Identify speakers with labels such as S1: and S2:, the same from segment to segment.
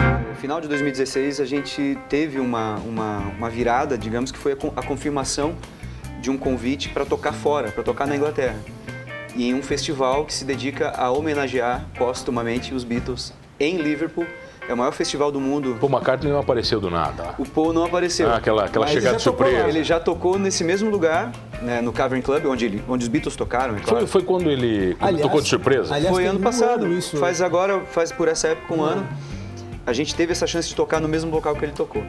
S1: No final de 2016, a gente teve uma, uma, uma virada, digamos que foi a, con- a confirmação de um convite para tocar fora, para tocar na Inglaterra. E em um festival que se dedica a homenagear póstumamente os Beatles em Liverpool. É o maior festival do mundo.
S2: Pô, McCartney não apareceu do nada.
S1: O Paul não apareceu.
S2: Ah, aquela- aquela
S1: Mas
S2: chegada
S1: ele já tocou
S2: surpresa.
S1: lá. Ele já tocou nesse mesmo lugar, né, no Cavern Club, onde, ele- onde os Beatles tocaram, é claro.
S2: Foi, foi quando ele quando
S3: Aliás-
S2: tocou de surpresa?
S3: aliás-
S1: Foi
S3: tem
S1: ano
S3: um
S1: passado.
S3: ano isso, Uhum. né?
S1: Faz agora, faz por essa época um ano. A gente teve essa chance de tocar no mesmo local que ele tocou.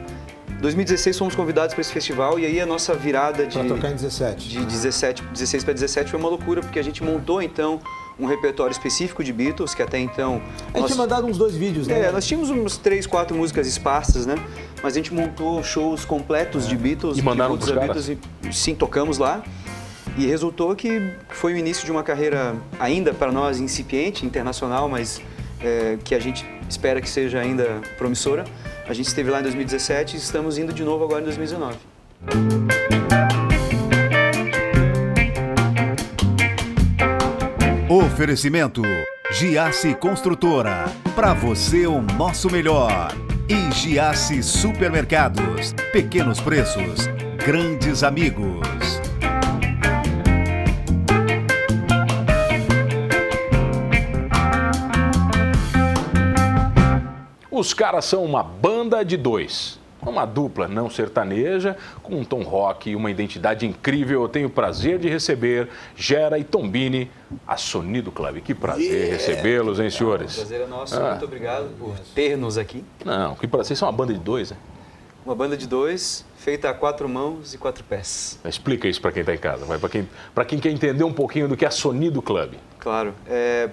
S1: 2016 fomos convidados para esse festival e aí a nossa virada de
S3: Pra tocar em 17.
S1: de 17, 16 para 17 foi uma loucura porque a gente montou então um repertório específico de Beatles que até então
S3: A gente tinha mandado uns dois vídeos, né?
S1: é, nós tínhamos uns três, quatro músicas esparsas, né? Mas a gente montou shows completos de Beatles.
S2: E mandaram
S1: tributos a
S2: pros
S1: Beatles e sim, tocamos lá. E resultou que foi o início de uma carreira ainda para nós incipiente, internacional, mas é, que a gente espera que seja ainda promissora. A gente esteve lá em 2017 e estamos indo de novo agora em 2019.
S4: Oferecimento Giasse Construtora. Para você o nosso melhor. E Giasse Supermercados. Pequenos preços, grandes amigos.
S2: Os caras são uma banda de dois. Uma dupla não sertaneja, com um tom rock e uma identidade incrível. Eu tenho o prazer de receber Gera e Tombini, a Sonido Club. Que prazer recebê-los, hein, senhores?
S1: é nosso,
S2: Ah.
S1: muito obrigado por ter-nos aqui.
S2: Não, que prazer. Vocês são uma banda de dois, né?
S1: Uma banda de dois, feita a quatro mãos e quatro pés.
S2: Explica isso pra quem tá em casa, vai. Pra quem, pra quem quer entender um pouquinho do que é a Sonido Club.
S1: Claro. É,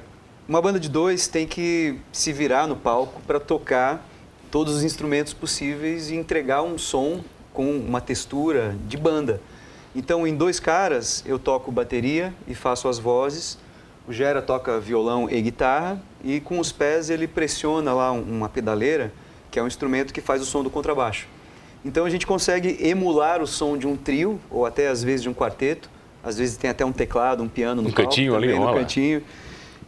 S1: uma banda de dois tem que se virar no palco para tocar todos os instrumentos possíveis e entregar um som com uma textura de banda. Então, em dois caras, eu toco bateria e faço as vozes. O Gera toca violão e guitarra e com os pés ele pressiona lá um- uma pedaleira, que é um instrumento que faz o som do contrabaixo. Então a gente consegue emular o som de um trio ou até às vezes de um quarteto. Às vezes tem até um teclado, um piano no
S2: Um
S1: palco
S2: cantinho ali,
S1: também, no
S2: rola.
S1: cantinho,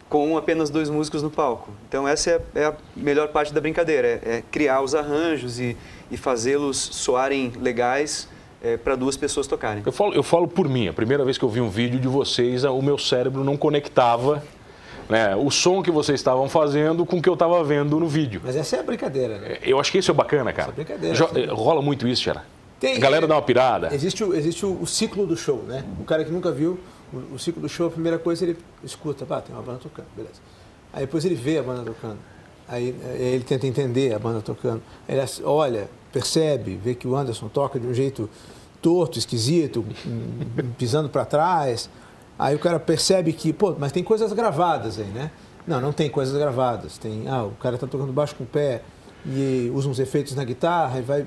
S1: com apenas dois músicos no palco. Então essa é, é a melhor parte da brincadeira, é, é criar os arranjos e, e fazê-los soarem legais para duas pessoas tocarem.
S2: Eu falo, eu falo por mim, a primeira vez que eu vi um vídeo de vocês, a- o meu cérebro não conectava né, o som que vocês estavam fazendo com o que eu estava vendo no vídeo.
S3: Mas essa é a brincadeira, né?
S2: Eu acho que isso é bacana, cara.
S3: é brincadeira,
S2: Jo-
S3: sim.
S2: Rola muito isso, Xera.
S3: Tem-
S2: A galera dá uma pirada.
S3: Existe, o, existe o, o ciclo do show, né? O cara que nunca viu o, o ciclo do show, a primeira coisa ele escuta, pá, tem uma banda tocando, beleza. Aí depois ele vê a banda tocando. Aí eh, ele tenta entender a banda tocando. Ele ass- olha, percebe, vê que o Anderson toca de um jeito torto, esquisito, hum, pisando para trás. Aí o cara percebe que, pô, mas tem coisas gravadas aí, né? Não, não tem coisas gravadas. Tem, ah, o cara tá tocando baixo com o pé e usa uns efeitos na guitarra e vai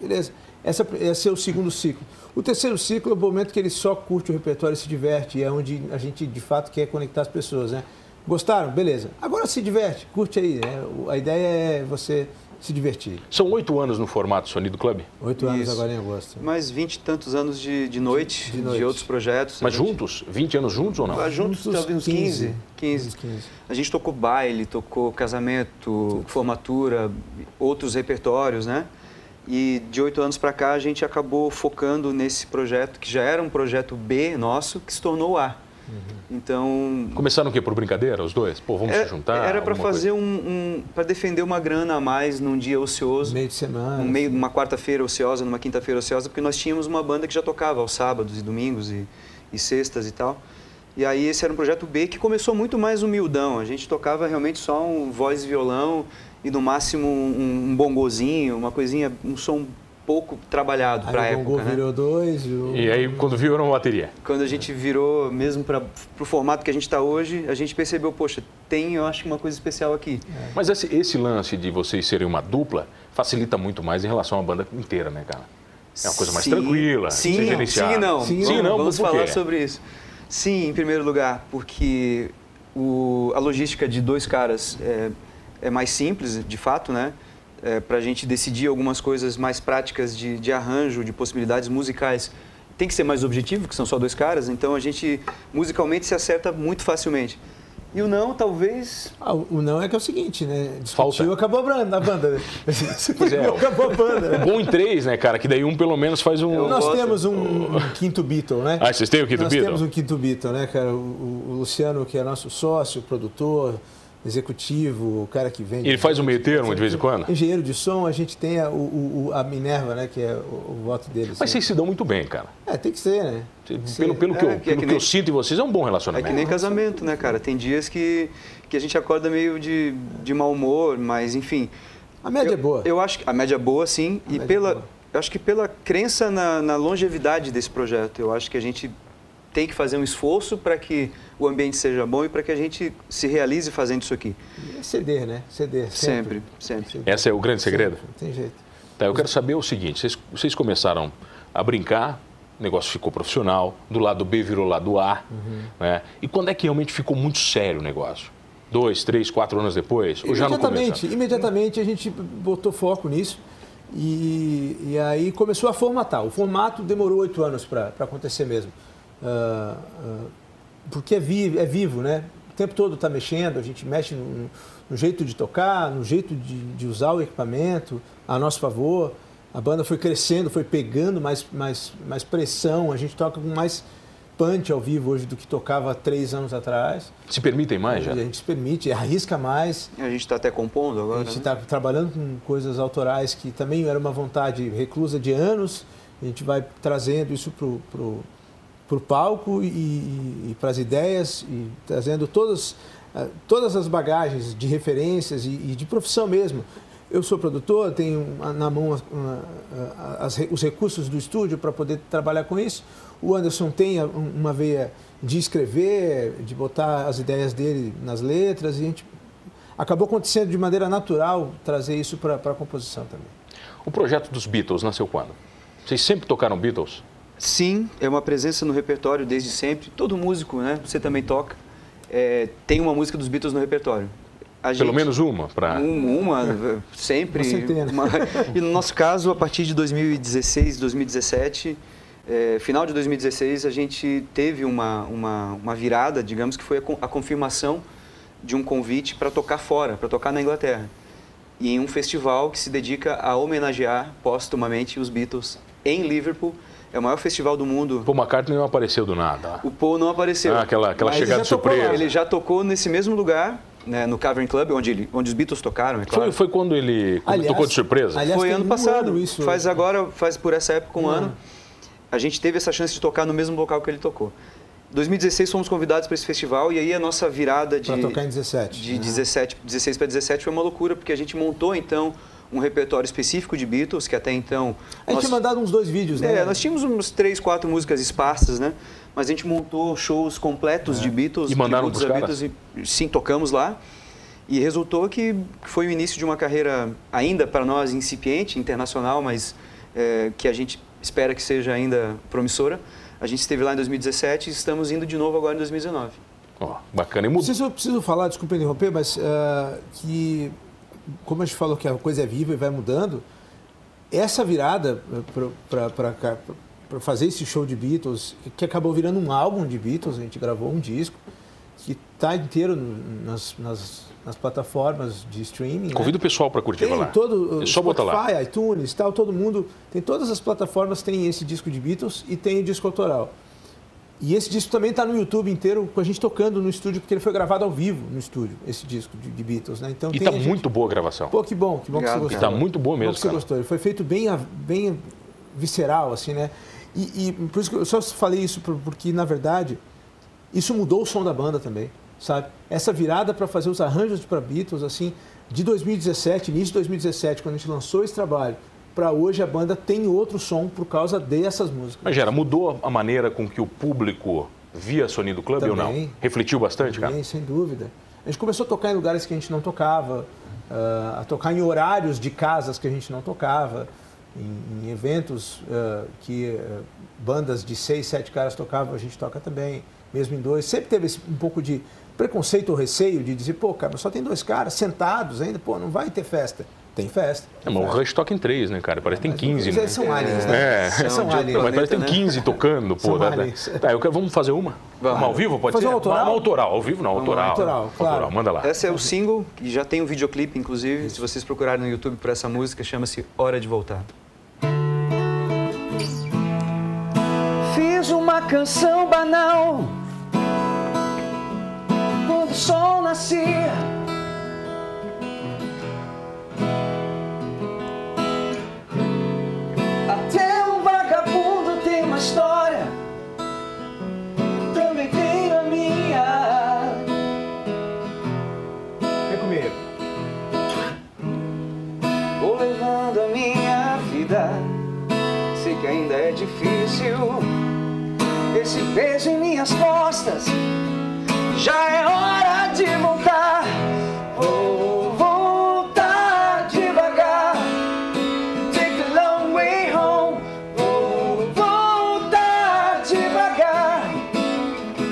S3: Beleza. Essa, esse é o segundo ciclo. O terceiro ciclo é o momento que ele só curte o repertório e se diverte. É onde a gente, de fato, quer conectar as pessoas, né? Gostaram? Beleza. Agora se diverte, curte aí. né? O- A ideia é você se divertir.
S2: São oito anos no formato Sonido Club,
S3: Oito anos
S1: Isso.
S3: agora em agosto.
S1: Mais vinte e tantos anos de, de noite, de,
S3: De noite.
S1: outros projetos.
S2: mas
S1: A gente-
S2: juntos? 20 anos juntos ou não?
S1: Ah, juntos,
S3: Juntos,
S1: talvez uns
S3: 15.
S1: 15, 15.
S3: Uns 15.
S1: A gente tocou baile, tocou casamento, formatura, outros repertórios, né? E de oito anos pra cá a gente acabou focando nesse projeto, que já era um projeto B nosso, que se tornou A. Então,
S2: Começaram o quê? Por brincadeira, os dois? Pô, Uhum. vamos
S3: É,
S1: era-
S2: se juntar?
S1: era para
S2: alguma coisa?
S1: fazer um, para defender uma grana a mais num dia ocioso.
S3: Meio de semana.
S1: Um meio, uma quarta-feira ociosa, numa quinta-feira ociosa, porque nós tínhamos uma banda que já tocava aos sábados e domingos e, e sextas e tal. E aí esse era um projeto B que começou muito mais humildão. A gente tocava realmente só um voz e violão e no máximo um, um bongozinho, uma coisinha, um som pouco trabalhado para a
S3: Aí o Gongô
S1: época. né?
S3: virou dois. E o...
S2: E é- aí, quando viu, era uma bateria.
S1: Quando a gente virou mesmo para o formato que a gente está hoje, a gente percebeu, poxa, tem eu acho que uma coisa especial aqui.
S3: É.
S2: Mas esse, esse lance de vocês serem uma dupla facilita muito mais em relação à banda inteira, né, cara? É uma coisa mais
S1: Sim.
S2: tranquila, sem
S1: Sim, sim
S2: gerenciar.
S1: e não.
S3: Sim e
S1: Vamos-
S2: não,
S1: Vamos
S2: por quê?
S1: falar sobre isso. Sim, em primeiro lugar, porque o- a logística de dois caras é, é mais simples, de fato, né? para a gente decidir algumas coisas mais práticas de, de arranjo, de possibilidades musicais, tem que ser mais objetivo, que são só dois caras. Então a gente musicalmente se acerta muito facilmente. E o não, talvez.
S3: Ah, o o não é que é o seguinte, né? Discutiu,
S2: Falta.
S3: acabou a banda, a banda. né?
S2: é, ó.
S3: acabou a banda. né?
S2: Bom em três, né, cara? Que daí um pelo menos faz um.
S1: Eu
S3: Nós
S1: gosto.
S3: temos um, um quinto Beatle, né?
S2: Oh. Ah, vocês têm o quinto
S3: Nós
S2: Beatle?
S3: temos um quinto Beatle, né, cara? O, o- o Luciano, que é nosso sócio, produtor, executivo, o cara que vende.
S2: Ele faz um meio termo de vez em quando?
S3: Engenheiro de som, a gente tem a, o- o- o- a Minerva, né? Que é o, o voto deles.
S2: Mas
S3: né?
S2: vocês se dão muito bem, cara.
S3: É, tem que ser, né? Tem que
S2: Pelo,
S3: ser.
S2: pelo que, eu,
S1: É, que é
S2: pelo
S1: que
S2: que
S1: nem-
S2: eu sinto em vocês, é um bom
S1: É
S2: relacionamento.
S1: que nem casamento, né, cara? Tem dias que, que a gente acorda meio de, de mau humor, mas enfim.
S3: A média
S1: Eu-
S3: é boa.
S1: Eu acho que a média é boa, sim. e
S3: média é
S1: pela,
S3: boa.
S1: eu acho que pela crença na, na longevidade desse projeto, eu acho que a gente tem que fazer um esforço para que o ambiente seja bom e para que a gente se realize fazendo isso aqui.
S3: É ceder, né? Ceder.
S1: Sempre, sempre.
S2: Esse é o grande segredo?
S3: Não tem jeito.
S2: Tá, eu quero saber o seguinte: vocês, vocês começaram a brincar, o negócio ficou profissional, do lado B virou lado A.
S1: Uhum.
S2: Né? E quando é que realmente ficou muito sério o negócio? Dois, três, quatro anos depois? Ou já no
S3: imediatamente,
S2: começo?
S3: imediatamente a gente botou foco nisso e, e aí começou a formatar. O formato demorou oito anos para acontecer mesmo. Ah, ah, porque é, vi, é vivo, né? O tempo todo está mexendo, a gente mexe no, no jeito de tocar, no jeito de, de usar o equipamento a nosso favor. A banda foi crescendo, foi pegando mais, mais, mais pressão, a gente toca com mais punch ao vivo hoje do que tocava há três anos atrás.
S2: Se permitem mais
S3: E
S2: já?
S3: a gente se permite, arrisca mais.
S1: A gente está até compondo agora.
S3: A gente tá-
S1: né?
S3: está trabalhando com coisas autorais que também era uma vontade reclusa de anos. A gente vai trazendo isso pro pro, pro palco e, para as ideias e trazendo todas ah, todas as bagagens de referências e, e de profissão mesmo. Eu sou produtor, tenho ah, na mão ah, ah, as re- os recursos do estúdio para poder trabalhar com isso. O Anderson tem ah, um- uma veia de escrever, de botar as ideias dele nas letras e a gente acabou acontecendo de maneira natural trazer isso para a composição também.
S2: O projeto dos Beatles nasceu quando? Vocês sempre tocaram Beatles?
S1: Sim, é uma presença no repertório desde sempre. Todo músico, né? Você também toca. é, tem uma música dos Beatles no repertório. A
S2: Pelo
S1: gente-
S2: menos uma? Pra...
S1: Um- uma, eh, sempre.
S3: Uma centena.
S1: uma- e no nosso caso, a partir de 2016, 2017, eh, final de 2016, a gente teve uma, uma, uma virada, digamos que foi a, con- a confirmação de um convite para tocar fora, para tocar na Inglaterra. E em um festival que se dedica a homenagear póstumamente os Beatles em Liverpool. É o maior festival do mundo.
S2: Paul McCartney não apareceu do nada.
S1: O Paul não apareceu.
S2: Ah, aquela aquela
S3: Mas ele
S2: chegada
S3: já tocou lá,
S2: surpresa.
S1: Ele já tocou nesse mesmo lugar, né, no Cavern Club, onde, ele, onde os Beatles tocaram, é claro.
S2: Foi, foi quando ele quando
S3: Aliás-
S2: tocou de surpresa?
S3: aliás-
S1: Foi
S3: tem
S1: ano
S3: um
S1: passado.
S3: ano isso. Hum.
S1: Faz agora, faz por essa época um ano. A gente teve essa chance de tocar no mesmo local que ele tocou. 2016 fomos convidados para esse festival e aí a nossa virada de
S3: Pra tocar em 17,
S1: de
S3: né?
S1: 17, 16 para 17 foi uma loucura porque a gente montou então um repertório específico de Beatles que até então
S3: A gente
S1: nós-
S3: tinha mandado uns dois vídeos, né?
S1: é, nós tínhamos uns três, quatro músicas esparsas, né? Mas a gente montou shows completos de Beatles,
S2: É. E mandaram
S1: tributos
S2: pros
S1: a Beatles e sim tocamos lá. E resultou que foi o início de uma carreira ainda para nós incipiente, internacional, mas é, que a gente espera que seja ainda promissora. A gente esteve lá em 2017 e estamos indo de novo agora em 2019.
S2: Ó, bacana. E mudou.
S3: Preciso, preciso falar, desculpa interromper, mas ah, que, como a gente falou que a coisa é viva e vai mudando, essa virada eh, para fazer esse show de Beatles, que acabou virando um álbum de Beatles, a gente gravou um disco, que está inteiro no- nas, nas- nas plataformas de streaming. né?
S2: Convido o pessoal para curtir vai
S3: Tem
S2: lá.
S3: todo
S2: é
S3: o
S2: só botar lá.
S3: Spotify, iTunes, tal, todo mundo. Tem todas as plataformas, tem esse disco de Beatles e tem o disco autoral. E esse disco também está no YouTube inteiro com a gente tocando no estúdio, porque ele foi gravado ao vivo no estúdio, esse disco de, de Beatles, né? Então
S2: E
S3: tem
S2: tá
S3: a gente-
S2: muito boa a gravação.
S3: Pô, que bom, que bom
S1: Obrigado,
S3: que você
S1: cara.
S3: gostou.
S2: Tá muito boa
S3: Que
S2: mesmo,
S3: bom que você
S2: cara.
S3: gostou. Ele foi feito bem, a- bem visceral, assim, né? E, e por isso que eu só falei isso por- porque, na verdade, isso mudou o som da banda também, sabe? Essa virada para fazer os arranjos para Beatles, assim, de 2017, início de 2017, quando a gente lançou esse trabalho, para hoje a banda tem outro som por causa dessas músicas.
S2: Mas, Gera, mudou a maneira com que o público via Sonido Club ou não?
S3: Também.
S2: Refletiu bastante, cara?
S3: Também, sem dúvida. A gente começou a tocar em lugares que a gente não tocava, ah, a tocar em horários de casas que a gente não tocava, em, em eventos ah, que ah, bandas de seis, sete caras tocavam, a gente toca também, mesmo em dois. Sempre teve esse- um pouco de preconceito ou receio de dizer, pô, cara, mas só tem dois caras sentados ainda, pô, não vai ter festa. Tem festa.
S2: É, mas o Rush toca em três, né, cara? Parece que tem 15,
S3: Ah, Eles
S2: né?
S3: são aliens, né?
S2: É,
S1: São
S3: São
S1: de outro
S3: aliens.
S2: Não, mas parece que tem
S1: né?
S2: 15 tocando, pô.
S3: São
S2: Dá, dá.
S3: aliens.
S2: Tá, eu quero- vamos fazer uma?
S1: Vamos.
S2: Uma ao vivo, pode
S3: Fazer
S2: ser?
S3: uma autoral?
S2: Uma autoral, ao vivo não, autoral.
S3: autoral, claro.
S2: manda lá.
S1: Essa é o single, que já tem um videoclipe, inclusive. Se vocês procurarem no YouTube por essa música, chama-se Hora de Voltar.
S5: Fiz uma canção banal quando o sol nascia. Até um vagabundo tem uma história, também tenho a minha.
S3: Vem comigo.
S5: Vou levando a minha vida. Sei que ainda é difícil. Esse peso em minhas costas. Já é hora de voltar. Vou voltar devagar. Take the long way home. Vou voltar devagar.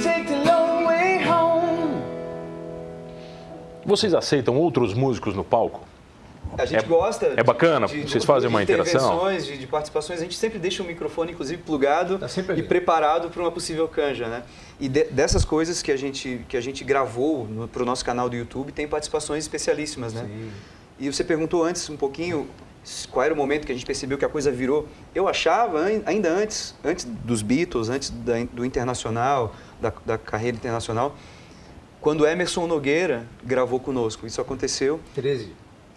S5: Take the long way home.
S2: Vocês aceitam outros músicos no palco?
S1: A gente
S2: É-
S1: gosta.
S2: é bacana? Vocês fazem uma
S1: de
S2: interação?
S1: intervenções, De, de participações. A gente sempre deixa o microfone, inclusive, plugado
S3: Tá sempre
S1: e
S3: ali.
S1: preparado para uma possível canja, né? E de- dessas coisas que a gente, que a gente gravou para o nosso canal do YouTube, tem participações especialíssimas, né? E você perguntou antes um pouquinho s- qual era o momento que a gente percebeu que a coisa virou. Eu achava, an- ainda antes, antes dos Beatles, antes da in- do Internacional, da, da carreira internacional, quando Emerson Nogueira gravou conosco. Isso aconteceu
S3: 13.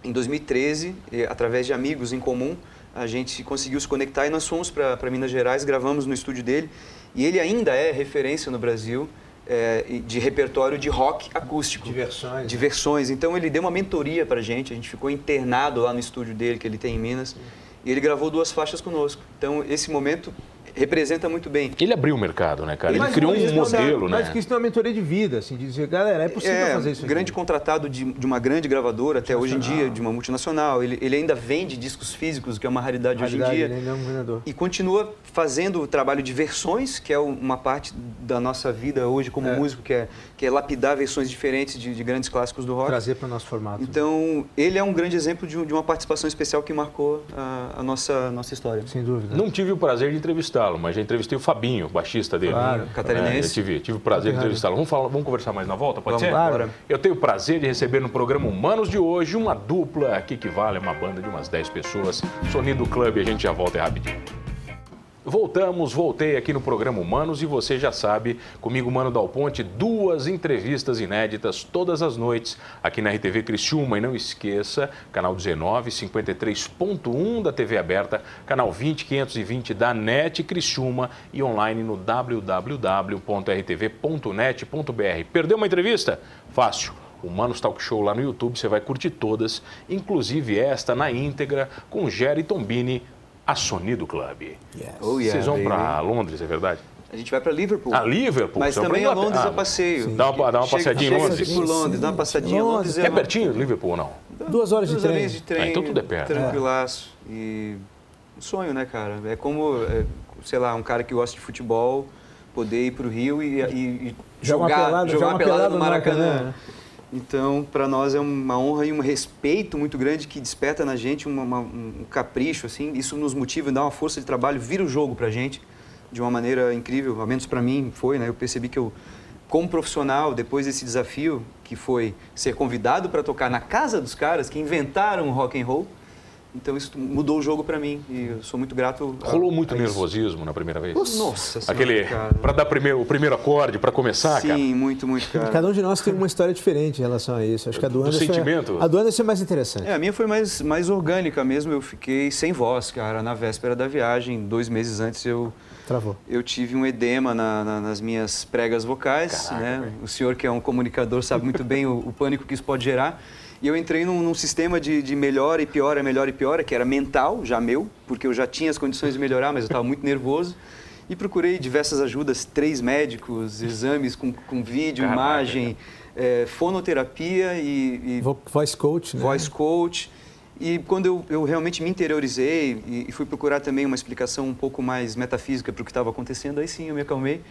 S1: em 2013, eh, através de amigos em comum, a gente conseguiu se conectar e nós fomos para Minas Gerais, gravamos no estúdio dele. E ele ainda é referência no Brasil eh, e de repertório de rock acústico.
S3: Diversões.
S1: De versões. Então ele deu uma mentoria para a gente, a gente ficou internado lá no estúdio dele, que ele tem em Minas, e ele gravou duas faixas conosco. Então esse momento representa muito bem.
S2: Ele abriu o mercado, né, cara? Ele
S3: Mas
S2: criou
S3: isso
S2: um
S3: não dá-
S2: modelo, né?
S3: Mas que isso tem uma mentoria de vida, assim, de dizer, galera, é possível
S1: é,
S3: fazer isso aqui.
S1: grande contratado de, de uma grande gravadora até hoje em dia, de uma multinacional. Ele, ele ainda vende discos físicos, que é uma raridade,
S3: Raridade,
S1: hoje em dia.
S3: né? Ele é um vendedor.
S1: E continua fazendo o trabalho de versões, que é o- uma parte da nossa vida hoje como
S3: É.
S1: músico, que é, que é lapidar versões diferentes de, de grandes clássicos do rock.
S3: Trazer para o nosso formato.
S1: Então, ele é um grande exemplo de, um- de uma participação especial que marcou a, a nossa, nossa história.
S3: sem dúvida.
S2: Não tive o prazer de entrevistá-lo, mas já entrevistei o Fabinho, baixista dele.
S3: Claro.
S2: É,
S1: Catarinense.
S2: eu tive, tive o prazer de entrevistá-lo. Vamos, falar- vamos conversar mais na volta, pode
S1: Vamos,
S2: ser?
S1: claro.
S2: Eu tenho o prazer de receber no programa Humanos de hoje uma dupla que equivale a uma banda de umas 10 pessoas. Sonido Club, a gente já volta é rapidinho. Voltamos, voltei aqui no programa Humanos e você já sabe, comigo, Mano Dal Ponte, duas entrevistas inéditas todas as noites aqui na RTV Criciúma. E não esqueça, canal 19, 53.1 da TV aberta, canal 20, 520 da NET Criciúma e online no www.rtv.net.br. Perdeu uma entrevista? Fácil. Humanos Talk Show lá no YouTube, você vai curtir todas, inclusive esta na íntegra com Jerry Tombini, a Sonido Club.
S1: Oh, yeah,
S2: Vocês vão
S1: baby.
S2: para Londres, é verdade?
S1: A gente vai para Liverpool.
S2: A Liverpool?
S1: Mas
S2: são pra
S1: também a
S2: Inglaterra.
S1: Londres
S2: Ah,
S1: a passeio.
S2: Dá uma, dá uma
S1: Chega-
S2: passadinha em
S1: chega assim
S2: Londres?
S1: por Londres, dá uma passadinha em Londres.
S2: É pertinho Liverpool ou não?
S3: Duas horas de
S1: Duas
S3: trem.
S1: horinhas de trem.
S2: Ah, então tudo é perto.
S1: Tranquilaço. E um sonho, né, cara? É como, é, sei lá, um cara que gosta de futebol poder ir pro Rio e, e- e
S3: Joga uma
S1: jogar,
S3: pelada-
S1: jogar
S3: joga
S1: uma
S3: uma
S1: pelada,
S3: pelada
S1: no
S3: no
S1: Maracanã.
S3: Maracanã, né?
S1: Então, para nós é uma honra e um respeito muito grande que desperta na gente uma- uma- um capricho, assim. Isso nos motiva, dá uma força de trabalho, vira o jogo pra gente de uma maneira incrível. Ao menos para mim foi, né? Eu percebi que eu, como profissional, depois desse desafio que foi ser convidado para tocar na casa dos caras que inventaram o rock and roll, então isso mudou o jogo pra mim e eu sou muito grato. a-
S2: Rolou muito
S1: a É isso.
S2: nervosismo na primeira vez?
S1: Nossa senhora,
S2: Aquele,
S1: cara.
S2: para dar primeiro, o primeiro acorde, para começar,
S1: Sim,
S2: cara?
S1: muito, muito, cara.
S3: Cada um de nós tem uma história diferente em relação a isso. Acho que a do
S2: Do
S3: Anderson. é-
S2: sentimento?
S3: A do Anderson é mais interessante.
S1: É, a minha foi mais, mais orgânica mesmo. Eu fiquei sem voz, cara, na véspera da viagem. Dois meses antes eu,
S3: Travou.
S1: eu tive um edema na- na- nas minhas pregas vocais. né? O senhor, que é um comunicador, sabe muito bem o, o pânico que isso pode gerar. E eu entrei num, num sistema de, de melhora e piora, melhora e piora, que era mental, já meu, porque eu já tinha as condições de melhorar, mas eu estava muito nervoso. E procurei diversas ajudas, três médicos, exames com, com vídeo,
S2: Caraca,
S1: imagem, eh, fonoterapia e- e
S3: Vo- Voice coach, né?
S1: voice coach. E quando eu, eu realmente me interiorizei e, e fui procurar também uma explicação um pouco mais metafísica para o que estava acontecendo, aí sim eu me acalmei.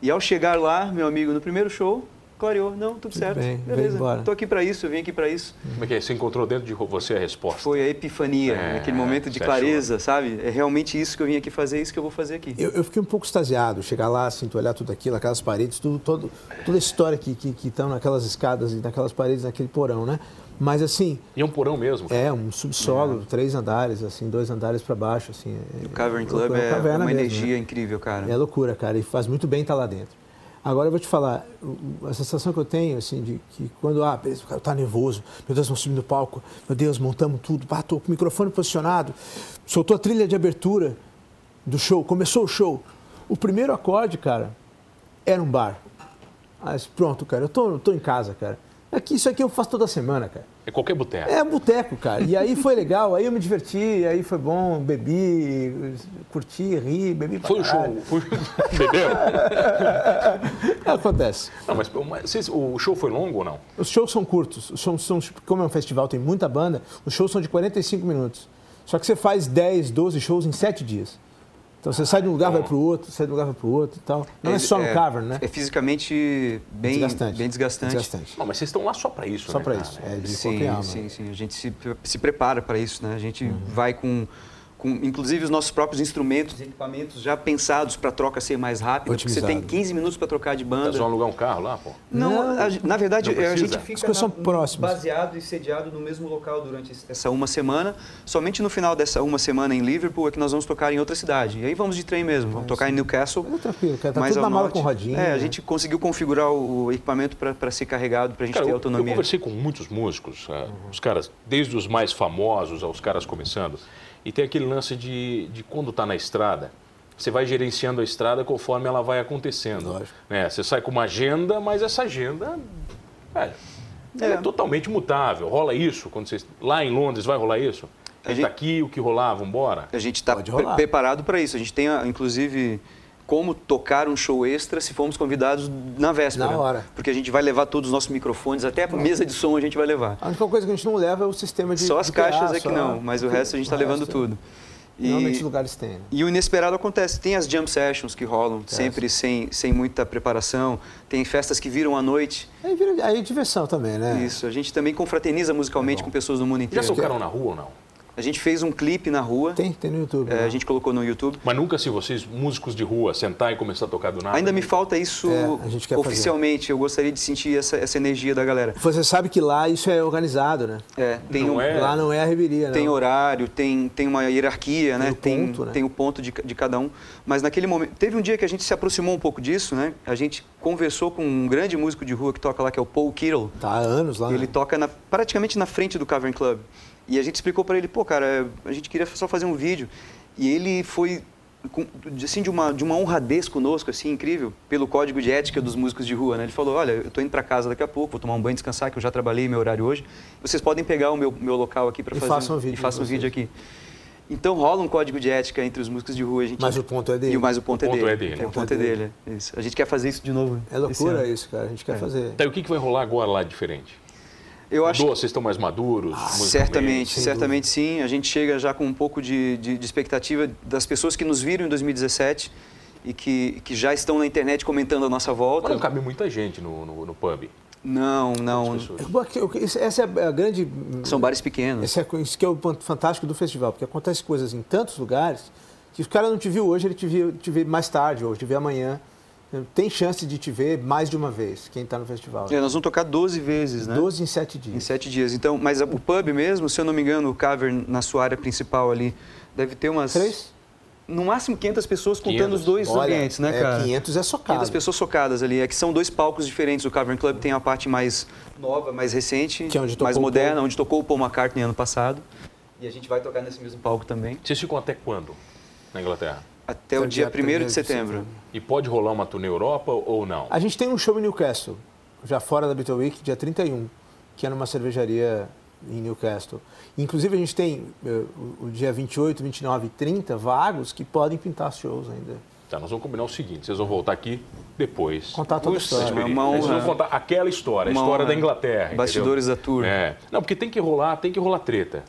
S1: E ao chegar lá, meu amigo, no primeiro show, clareou, não, tudo, certo.
S3: bem, vem
S1: Beleza,
S3: embora.
S1: tô aqui para isso, eu vim aqui para isso.
S2: Como é que é? Você encontrou dentro de você a resposta.
S1: Foi a epifania,
S2: É,
S1: aquele momento de
S2: você
S1: clareza, sabe? É realmente isso que eu vim aqui fazer, é isso que eu vou fazer aqui.
S3: Eu, eu fiquei um pouco extasiado, chegar lá, assim, tu olhar tudo aquilo, aquelas paredes, tudo, todo, toda a história que estão que, estão naquelas escadas e naquelas paredes, naquele porão, né? Mas assim,
S2: E é um porão mesmo.
S3: é um subsolo, três andares, assim, dois andares para baixo, assim. é-
S1: O Cavern
S3: loucura,
S1: Club é
S3: caverna
S1: uma
S3: mesmo, né?
S1: energia incrível, cara.
S3: É loucura, cara, e faz muito bem estar lá dentro. Agora eu vou te falar, o- o- a sensação que eu tenho, assim, de que quando, ah, beleza, o cara tá nervoso, meu Deus, vamos subir no palco, meu Deus, montamos tudo, pá, tô com o microfone posicionado, soltou a trilha de abertura do show, começou o show. O primeiro acorde, cara, era um bar. Aí, eu disse, pronto, cara, eu tô, tô em casa, cara. Aqui, isso aqui eu faço toda semana, cara.
S2: É qualquer boteco.
S3: É boteco, cara. E aí foi legal, aí eu me diverti, aí foi bom, bebi, curti, ri, bebi pra
S2: Foi o
S3: caralho.
S1: Ah.
S2: show. Foi... Bebeu?
S3: É, Acontece.
S2: Não, mas, mas vocês- o show foi longo ou não?
S3: Os shows são curtos. Os shows são, tipo, como é um festival, tem muita banda, os shows são de 45 minutos. Só que você faz 10, 12 shows em 7 dias. Então você sai de um lugar, vai pro outro, sai de um lugar, vai pro outro e tal. Não é, só no cavern, né?
S1: Ah, É fisicamente bem desgastante. Bem desgastante.
S3: Desgastante.
S2: Não, mas vocês estão lá só pra isso,
S3: Só
S2: né,
S3: pra
S2: cara?
S3: isso. É de qualquer
S1: Sim,
S3: alma.
S1: sim, sim. A gente se, se prepara para isso, né? A gente vai com, com, inclusive, os nossos próprios instrumentos e equipamentos já pensados para a troca ser mais rápida. Porque você tem
S3: Otimizado.
S1: 15 minutos para trocar de
S2: Vocês
S1: banda.
S2: vão alugar um carro lá, pô?
S1: Não, a- na verdade,
S2: Não
S1: a gente
S2: precisa?
S1: fica um
S3: As coisas são próximas.
S1: baseado e sediado no mesmo local durante es- essa uma semana. Somente no final dessa uma semana em Liverpool é que nós vamos tocar em outra cidade. E aí vamos de trem mesmo, vamos tocar em Newcastle.
S3: Mas é tranquilo, cara, tá
S1: mais
S3: tudo
S1: ao
S3: na mala
S1: norte.
S3: com rodinha,
S1: É, a
S3: né?
S1: gente conseguiu configurar o o equipamento para ser carregado, para a gente
S2: Cara,
S1: ter
S2: eu, eu
S1: autonomia.
S2: conversei com muitos músicos, ah, os caras, desde os mais famosos aos caras começando, e tem aquele lance de, de quando tá na estrada, você vai gerenciando a estrada conforme ela vai acontecendo.
S3: Lógico.
S2: Né? Você sai com uma agenda, mas essa agenda é, ela é totalmente mutável. Rola isso quando vocês. Lá em Londres vai rolar isso?
S1: A
S2: A gente
S1: gente-
S2: tá aqui, o que rolar, vambora?
S1: A gente está
S3: Pode rolar.
S1: preparado para isso. A gente tem, ah, inclusive, como tocar um show extra se formos convidados na véspera.
S3: Na hora.
S1: Porque a gente vai levar todos os nossos microfones, até a mesa de som a gente vai levar.
S3: A única coisa que a gente não leva é o sistema de.
S1: Só as
S3: de PA,
S1: caixas é que
S3: só-
S1: não, mas o resto a gente está levando
S3: resto, é
S1: tudo.
S3: Normalmente
S1: E,
S3: os lugares têm. né?
S1: e o inesperado acontece. Tem as jam sessions que rolam, sempre sem, sem muita preparação. Tem festas que viram à noite.
S3: Aí, vira, aí é diversão também, né?
S1: Isso. A gente também confraterniza musicalmente com pessoas do mundo
S2: Já
S1: inteiro.
S2: tocaram na rua ou não?
S1: A gente fez um clipe na rua.
S3: Tem, tem no YouTube.
S1: eh,
S3: né?
S1: a gente colocou no YouTube.
S2: Mas nunca se vocês, músicos de rua, sentar e começar a tocar do nada.
S1: Ainda me falta isso
S3: É, a gente quer fazer.
S1: oficialmente. Eu gostaria de sentir essa, essa energia da galera.
S3: Você sabe que lá isso é organizado, né?
S1: É, tem
S2: Não
S1: um-
S2: É.
S3: Lá não é a reveria, né?
S1: tem horário, tem, tem uma hierarquia, né?
S3: o
S1: Tem,
S3: ponto, né?
S1: tem o ponto de, ca- de cada um. Mas naquele momento. Teve um dia que a gente se aproximou um pouco disso, né? A gente conversou com um grande músico de rua que toca lá, que é o Paul Kittle.
S3: Tá há anos lá.
S1: Ele
S3: né?
S1: toca na- praticamente na frente do Cavern Club. E a gente explicou pra ele, pô, cara, é, a gente queria só fazer um vídeo. E ele foi com- de- assim de uma de uma honradez conosco assim incrível pelo código de ética dos músicos de rua né ele falou olha eu tô indo pra casa daqui a pouco vou tomar um banho descansar que eu já trabalhei meu horário hoje vocês podem pegar o meu, meu local aqui para
S3: E
S1: fazer
S3: façam um vídeo
S1: e façam um
S3: de
S1: vídeo aqui então rola um código de ética entre os músicos de rua a gente
S3: Mas o ponto é dele.
S1: e o mais o ponto,
S2: O ponto
S1: é dele
S2: é dele.
S1: o ponto é dele é isso a gente quer fazer isso de novo
S3: É
S1: esse
S3: loucura
S1: ano. É.
S3: isso, cara. A gente quer fazer.
S2: Tá, e o que, que vai rolar agora lá de diferente?
S1: eu acho Ah,
S2: Mudou? Vocês estão mais maduros? musicalmente?
S1: Certamente,
S3: Ah, sem
S1: certamente sim. A gente chega já com um pouco de, de- de expectativa das pessoas que nos viram em 2017 e que, que já estão na internet comentando a nossa volta.
S2: Mas não cabe muita gente no, no, no pub.
S1: não, não.
S2: As pessoas.
S3: Bom, É que- o que- esse- Essa é a grande.
S1: São bares pequenos.
S3: Esse é, isso que é o ponto fantástico do festival, porque acontece coisas em tantos lugares que o cara não te viu hoje, ele te viu, te vê mais tarde, ou te vê amanhã. Tem chance de te ver mais de uma vez, quem está no festival.
S1: É, nós vamos tocar 12 vezes, né?
S3: 12 em 7
S1: Em
S3: dias.
S1: sete dias. Então, mas a- o pub mesmo, se eu não me engano, o cavern na sua área principal ali, deve ter umas.
S3: Três?
S1: No máximo 500 pessoas contando
S2: 500.
S1: os dois
S3: Olha,
S1: ambientes, né,
S3: é,
S1: cara?
S3: 500 é socado.
S1: 500 pessoas socadas ali. É que são dois palcos diferentes. O Cavern Club tem a parte mais nova, mais recente,
S3: Que é onde tocou
S1: mais
S3: o
S1: moderna,
S3: Paul.
S1: onde tocou o Paul McCartney ano passado. E a gente vai tocar nesse mesmo palco também.
S2: Vocês ficam até quando na Inglaterra?
S1: Até é o
S3: Até
S1: dia
S3: dia
S1: 1 de
S3: 1º de
S1: setembro.
S2: E pode rolar uma turnê Europa ou não?
S3: A gente tem um show em Newcastle, já fora da Beatle Week, dia 31, que é numa cervejaria em Newcastle. Inclusive, a gente tem eh, o, o dia 28, 29 e 30 vagos que podem pintar shows ainda.
S2: Tá, nós vamos combinar o seguinte, vocês vão voltar aqui depois.
S3: Contar toda a
S2: Vocês
S3: história.
S2: verem.
S1: É uma honra.
S2: Vocês vão contar aquela história, a
S1: Uma
S2: história
S1: honra.
S2: da Inglaterra.
S1: Bastidores
S2: entendeu?
S1: da tour.
S2: É. Não, porque tem que rolar, tem que rolar treta.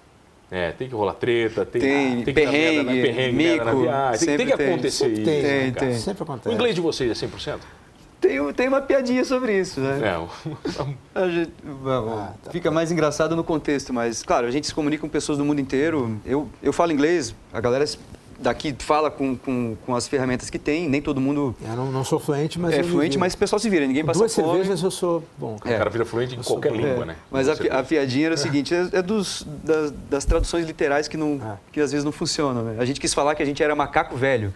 S2: É, tem que rolar treta, tem,
S1: Tem
S2: que dar merda na-
S1: perrengue,
S2: perrengue merda na
S1: mico,
S2: viagem, tem, tem
S1: sempre
S2: que
S1: tem.
S2: acontecer
S3: Sempre
S2: isso.
S3: tem,
S2: né,
S1: tem,
S2: cara?
S1: tem.
S3: Sempre
S2: O
S3: acontece.
S2: inglês de vocês é 100%?
S1: Tem, tem uma piadinha sobre isso, né?
S2: É, o-
S1: A gente- bom,
S3: Ah, tá
S1: fica mais engraçado no contexto, mas, claro, a gente se comunica com pessoas do mundo inteiro. Eu, eu falo inglês, a galera daqui fala com, com, com as ferramentas que tem, nem todo mundo
S3: Eu não, não sou fluente, mas.
S1: é
S3: eu me
S1: fluente,
S3: viro.
S1: mas o pessoal se vira, ninguém passa
S3: Duas
S1: fome.
S3: cervejas eu sou bom,
S2: o
S3: cara.
S2: cara vira fluente em
S3: Eu sou
S2: qualquer
S3: bom.
S2: língua,
S1: É,
S2: né?
S1: Mas a,
S2: Você-
S1: pi- a piadinha era o seguinte, é, é dos, das, das traduções literais que, não,
S3: Ah.
S1: que às vezes não funcionam. né? A gente quis falar que a gente era macaco velho.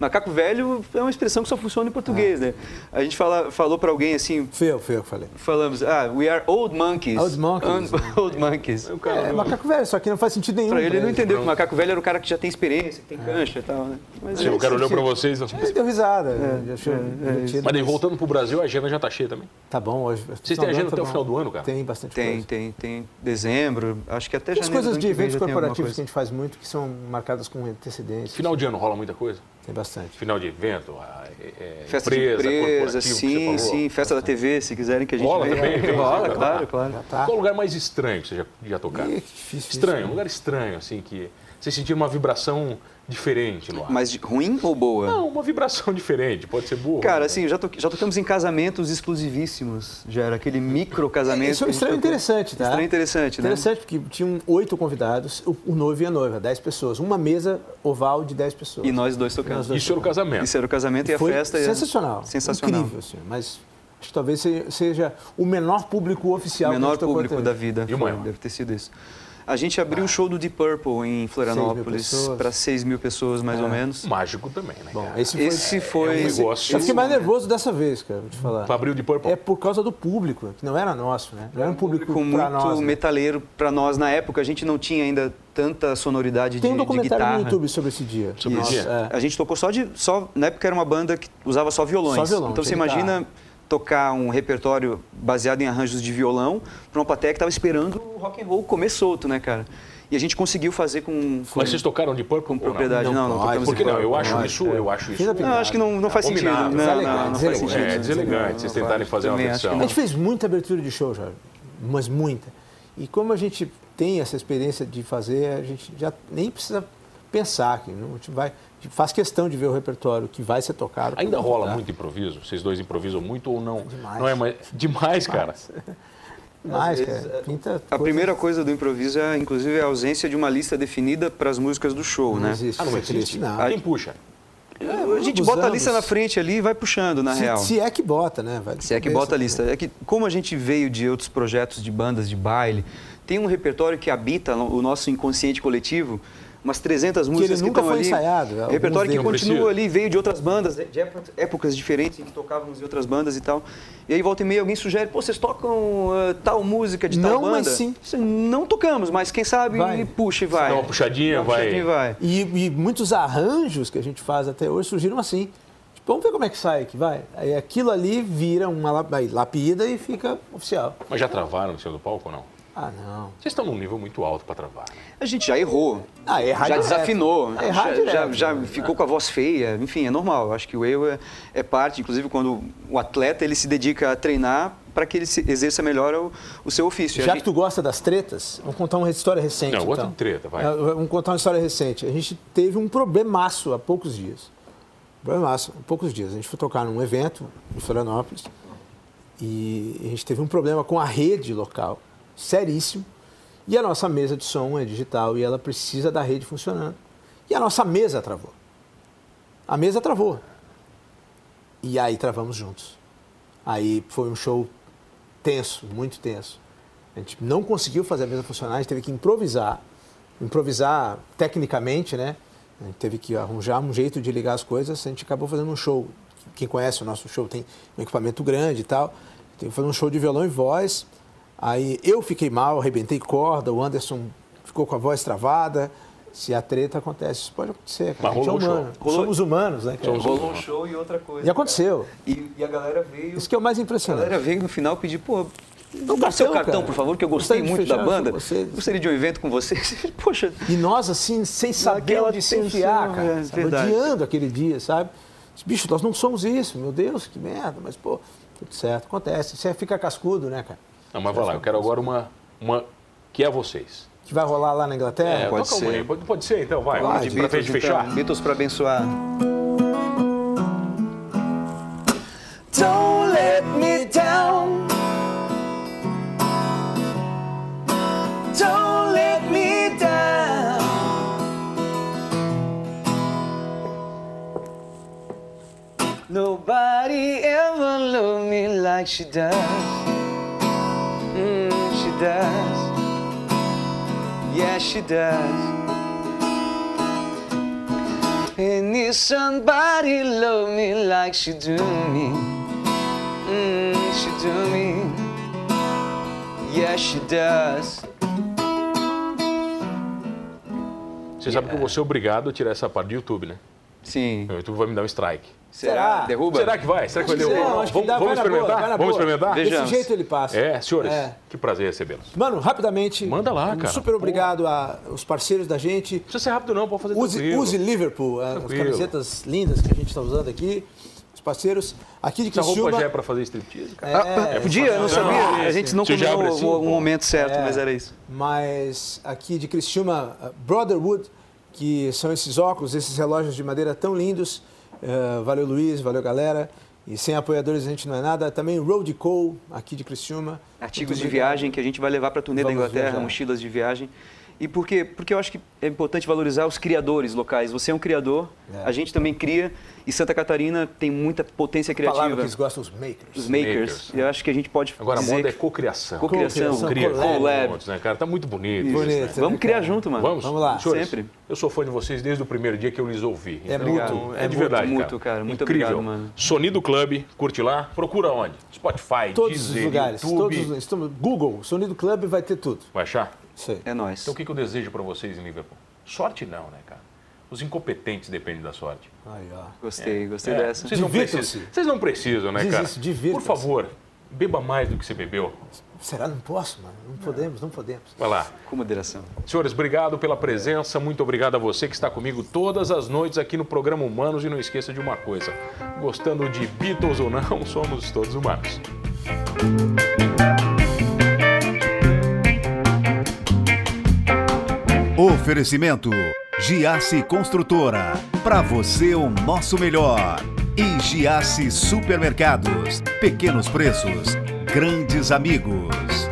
S1: Macaco velho é uma expressão que só funciona em
S3: Ah.
S1: português, né? A gente fala, falou para alguém assim,
S3: Foi eu, foi eu que falei.
S1: falamos, ah, we are old monkeys.
S3: Old monkeys,
S1: Un-
S3: né?
S1: old monkeys.
S2: O cara
S3: É,
S2: não-
S3: macaco velho, só que não faz sentido nenhum.
S1: Pra ele, ele não entendeu que
S2: Não.
S1: o macaco velho era o cara que já tem experiência, que
S3: É.
S1: tem cancha e tal, né? Mas
S2: Sim,
S1: é
S2: Assim, o cara
S1: isso.
S2: olhou pra vocês. assim,
S3: Ele deu risada.
S1: É,
S3: eu achei divertido,
S2: Mas daí, voltando pro Brasil, a agenda já tá cheia também.
S3: Tá bom hoje.
S2: Vocês têm agenda até o final do ano, cara?
S3: tá Tem bastante
S1: Tem,
S3: coisa.
S1: tem, tem dezembro, acho que até
S3: Tem as
S1: janeiro.
S3: coisas
S1: do ano
S3: de
S1: que vem
S3: eventos
S1: já tem alguma
S3: corporativos que a
S1: coisa.
S3: gente faz muito, que são marcadas com antecedência.
S2: Final de ano rola muita coisa?
S3: Tem bastante.
S2: Final de evento, a- é- é,
S1: Festa
S2: empresa,
S1: de
S2: corporativo,
S1: empresa,
S2: que você
S1: sim,
S2: falou.
S1: sim. Festa da TV, se quiserem que a gente
S2: Rola
S1: venha.
S2: também, vem,
S1: Rola,
S2: vem.
S1: claro, claro.
S3: Tá?
S2: Qual é o lugar mais estranho que você já, já tocaram?
S3: Ih, que difícil.
S2: Estranho, um
S3: isso, né?
S2: lugar estranho, assim, que você sentiu uma vibração diferente no ar.
S1: Mas de- ruim ou boa?
S2: Não, uma vibração diferente, pode ser burro. né?
S1: Cara, assim, já, to- já tocamos em casamentos exclusivíssimos, já era aquele micro casamento. que
S3: Isso é
S1: a
S3: um
S1: gente
S3: estranho
S1: tocou.
S3: interessante, tá?
S1: Estranho interessante, né?
S3: Interessante, porque tinham oito convidados, o, o noivo e a noiva, dez pessoas. Uma mesa oval de dez pessoas.
S1: E nós dois tocamos.
S3: Nós dois.
S2: Isso era o é casamento.
S1: Isso é era o casamento e a
S3: Foi
S1: festa. e a-
S3: sensacional.
S1: Sensacional.
S3: Incrível, assim, mas acho que talvez se- seja o menor público
S1: O
S3: oficial que a
S1: menor
S3: gente tocou
S1: público
S3: até
S1: da
S3: hoje.
S1: vida.
S2: E o maior.
S1: Deve ter sido isso. A gente abriu o show do Deep Purple em Florianópolis
S3: pessoas.
S1: para 6 mil pessoas, mais ou menos.
S2: Mágico também, né?
S3: Bom,
S2: cara?
S3: esse foi...
S1: Esse foi.
S2: é um negócio.
S3: Eu fiquei mais
S1: momento.
S3: nervoso dessa vez, cara, vou te falar.
S2: Pra abrir o de Purple.
S3: É por causa do público, que não era nosso, né? Não era um público,
S1: com muito
S3: pra nós. né?
S1: metaleiro para nós na época. A gente não tinha ainda tanta sonoridade
S3: Tem um
S1: de, de
S3: documentário
S1: guitarra.
S3: no YouTube sobre esse dia.
S2: Sobre
S1: Isso.
S2: esse dia?
S3: É.
S1: A gente tocou só de. Só, na época era uma banda que usava só violões.
S3: Só violão,
S1: então você
S3: tinha guitarra.
S1: imagina tocar um repertório baseado em arranjos de violão para uma plateia que estava esperando o rock and roll comer solto, né, cara? E a gente conseguiu fazer com.
S2: Mas vocês tocaram de Purple?
S1: com
S2: ou não?
S1: propriedade. Não, não,
S3: Não,
S1: tocamos
S2: Por que não? Eu
S1: igual.
S2: acho isso, eu acho isso.
S3: Fim da picada.
S1: Não, acho que não, não faz sentido. Não,
S2: Abominável.
S1: não, não faz
S3: Deselegante,
S1: sentido.
S2: É, deselegante vocês tentarem fazer uma
S1: Também acho que
S2: versão.
S3: A gente fez muita abertura de show, Jorge, mas muita. E como a gente tem essa experiência de fazer, a gente já nem precisa pensar que não a gente vai, a gente faz questão de ver o repertório que vai ser tocado.
S2: Ainda rola
S3: Tá?
S2: muito improviso? Vocês dois improvisam muito ou não?
S3: Demais.
S2: Não é mais... Demais, cara.
S3: Mas,
S1: Às vezes,
S3: cara,
S1: é-
S3: pinta
S1: A
S3: coisa
S1: primeira coisa do improviso é, inclusive, a ausência de uma lista definida para as músicas do show,
S3: que não
S1: né?
S3: existe.
S2: Ah, não
S3: Isso é
S2: existe?
S3: triste, não.
S2: Quem puxa?
S1: A gente bota a lista na frente ali e vai puxando, na
S3: se,
S1: real.
S3: se é que bota, né? Vai
S1: Se é que
S3: cabeça,
S1: bota a lista. É que, como a gente veio de outros projetos de bandas de baile, tem um repertório que habita o nosso inconsciente coletivo, umas 300 músicas
S3: nunca
S1: estão
S3: foi
S1: ali.
S3: ensaiado, é, alguns
S1: Repertório que
S2: deles. Não
S1: continua
S2: precisa.
S1: ali, veio de outras bandas, de épo- épocas diferentes em que tocávamos em outras bandas e tal. E aí volta e meia alguém sugere, pô, vocês tocam ah, tal música de tal
S3: Não,
S1: banda?
S3: mas sim.
S1: Não tocamos, mas quem sabe
S3: Vai.
S1: puxa e vai.
S2: Dá uma puxadinha,
S1: Dá uma
S2: vai.
S1: puxadinha e vai.
S3: E, e muitos arranjos que a gente faz até hoje surgiram assim. Tipo, vamos ver como é que sai que vai. Aí aquilo ali vira uma lap- aí lapida e fica oficial.
S2: Mas já travaram no cima do palco ou não?
S3: Ah, não.
S2: Vocês estão num nível muito alto pra travar. né?
S1: A gente já errou.
S3: Ah, errar
S1: já
S3: direto.
S1: desafinou,
S3: Ah, errar
S1: já, já,
S3: direto.
S1: já ficou com a voz feia, enfim, é normal. Acho que o erro é, é parte, inclusive quando o atleta ele se dedica a treinar para que ele se- exerça melhor o, o seu ofício. E a
S3: Já que
S1: gente-
S3: tu gosta das tretas, vamos contar uma história recente.
S2: Não, outra
S3: então.
S2: treta, vai.
S3: Ah, Vamos contar uma história recente. A gente teve um problemaço há poucos dias. Problemaço, há poucos dias. A gente foi tocar num evento em Florianópolis e a gente teve um problema com a rede local, seríssimo. E a nossa mesa de som é digital e ela precisa da rede funcionando. E a nossa mesa travou. A mesa travou. E aí travamos juntos. Aí foi um show tenso, muito tenso. A gente não conseguiu fazer a mesa funcionar, a gente teve que improvisar. Improvisar tecnicamente, né? A gente teve que arranjar um jeito de ligar as coisas, a gente acabou fazendo um show. Quem conhece o nosso show tem um equipamento grande e tal. Teve que fazer um show de violão e voz. Aí eu fiquei mal, arrebentei corda, o Anderson ficou com a voz travada. Se a treta acontece, isso pode acontecer. Cara.
S2: Mas
S3: A gente é
S2: rolou o show.
S3: humano. Somos humanos, né? cara?
S2: Somos
S1: rolou um show e outra coisa.
S3: E aconteceu.
S1: E, e a galera veio.
S3: Isso que é o mais
S1: A galera
S3: impressionante.
S1: veio no final pedir, pô,
S3: Dá um
S1: dá seu
S3: cartão,
S1: cartão,
S3: cara.
S1: por favor, que eu gostei
S3: Gostaria de
S1: muito
S3: fechar
S1: da
S3: com
S1: banda.
S3: vocês.
S1: Gostaria de um evento com vocês. Poxa,
S3: E nós, assim, sem saber
S1: Naquela
S3: onde se
S1: tensão,
S3: enfiar,
S1: é
S3: cara. sabe?
S1: verdade.
S3: Odiando aquele dia, sabe? Esse Bicho, nós não somos isso, meu Deus, que merda. Mas, pô, tudo certo, acontece. Você fica cascudo, né, cara?
S2: Não, mas vai lá, eu quero agora uma, uma que é vocês.
S3: Que vai rolar lá na
S2: É,
S3: Inglaterra.
S1: pode
S2: toca uma
S1: ser.
S2: aí. Pode, pode ser, então, vai.
S3: Pode,
S2: Pode, pra frente
S1: então.
S2: fechar.
S1: Beatles pra abençoar.
S5: Don't let me down. Don't let me down. Nobody ever loved me like she does. Mm, she does. Yeah, she does. And if somebody love me like she do me, mm, she do me. Yeah, she does.
S2: Você sabe que eu vou ser obrigado a tirar essa parte do YouTube, né?
S1: Sim.
S2: O YouTube vai me dar um strike.
S1: Será?
S3: Será?
S1: Derruba?
S2: Será que vai? Será que vai
S3: Não,
S2: derrubar?
S3: acho que
S2: vamos
S3: dá,
S2: vamos
S3: vai na boa,
S2: experimentar?
S3: vai na
S2: vamos
S3: boa.
S2: experimentar?
S1: Deixa-
S3: Desse
S1: Vejamos.
S3: jeito ele passa.
S2: É, senhores,
S3: É.
S2: que prazer recebê-los.
S3: Mano, rapidamente.
S2: Manda lá,
S3: um
S2: cara.
S3: Super obrigado aos parceiros da gente.
S2: Não precisa ser rápido, não, pode fazer
S3: Use,
S2: tranquilo.
S3: use Liverpool, ah, as
S2: Tranquilo.
S3: camisetas lindas que a gente está usando aqui. Os parceiros. Aqui de
S2: Essa roupa já é
S3: Criciúma. é,
S2: pra fazer striptease, cara.
S1: Ah, ah, podia, eu não sabia. a gente não
S2: é Você já
S1: combinou
S2: abre
S1: o-
S2: assim,
S1: o,
S2: pô.
S1: o momento certo, mas era isso.
S3: Mas aqui de Criciúma, eh, Brotherwood, que são esses óculos, esses relógios de madeira tão lindos. Eh, valeu, Luiz, valeu, galera. E sem apoiadores a gente não é nada. Também Road Co, aqui de Criciúma.
S1: Artigos
S3: Muito
S1: de
S3: obrigado.
S1: viagem que a gente vai levar para a turnê da
S3: Vamos
S1: Inglaterra,
S3: viajar.
S1: mochilas de viagem. E por quê? Porque eu acho que é importante valorizar os criadores locais. Você é um criador,
S3: É.
S1: a gente também cria, e Santa Catarina tem muita potência
S3: Palavra
S1: criativa.
S3: que eles gostam, os makers.
S1: Os makers.
S2: Makers. né?
S1: E eu acho que a gente pode
S2: Agora, a
S1: dizer
S2: moda é
S1: que-
S2: cocriação.
S1: Cocriação,
S2: Não cria
S3: collab.
S2: collab. Juntos, né, cara? Tá muito bonito. isso,
S3: Bonito.
S2: né?
S1: Vamos criar junto, mano.
S2: Vamos?
S3: Vamos lá.
S2: Senhores,
S1: Sempre.
S2: Eu sou fã de vocês desde o primeiro dia que eu lhes ouvi.
S3: É
S2: Então,
S3: mútuo,
S2: É,
S1: é
S2: de
S1: mútuo,
S2: verdade,
S1: mútuo, cara. Muito
S2: Incrível.
S1: obrigado, mano.
S2: Sonido Club, curte lá. Procura onde? Spotify,
S3: Todos
S2: Deezer,
S3: os lugares,
S2: YouTube.
S3: todos os- estamos- Google, Sonido Club vai ter tudo.
S2: Vai achar?
S3: Isso aí.
S1: É nós.
S2: Então, o que que eu desejo pra vocês em Liverpool? Sorte não, né, cara? Os incompetentes dependem da sorte.
S3: Aí, ó.
S1: Gostei, gostei
S2: É,
S1: dessa.
S2: Vocês não,
S3: Divirtam-se.
S2: precisam, vocês não precisam, né,
S3: Diz
S2: cara?
S3: isso,
S2: Por
S3: divirtam-se.
S2: favor, beba mais do que você bebeu.
S3: Será? Não posso, mano. Não podemos, não podemos.
S2: Vai lá.
S1: Com moderação.
S2: Senhores, obrigado pela presença. Muito obrigado a você que está comigo todas as noites aqui no programa Humanos. E não esqueça de uma coisa: gostando de Beatles ou não, somos todos humanos.
S4: Oferecimento Giasse Construtora. Para você o nosso melhor. E Giasse Supermercados. Pequenos preços, grandes amigos.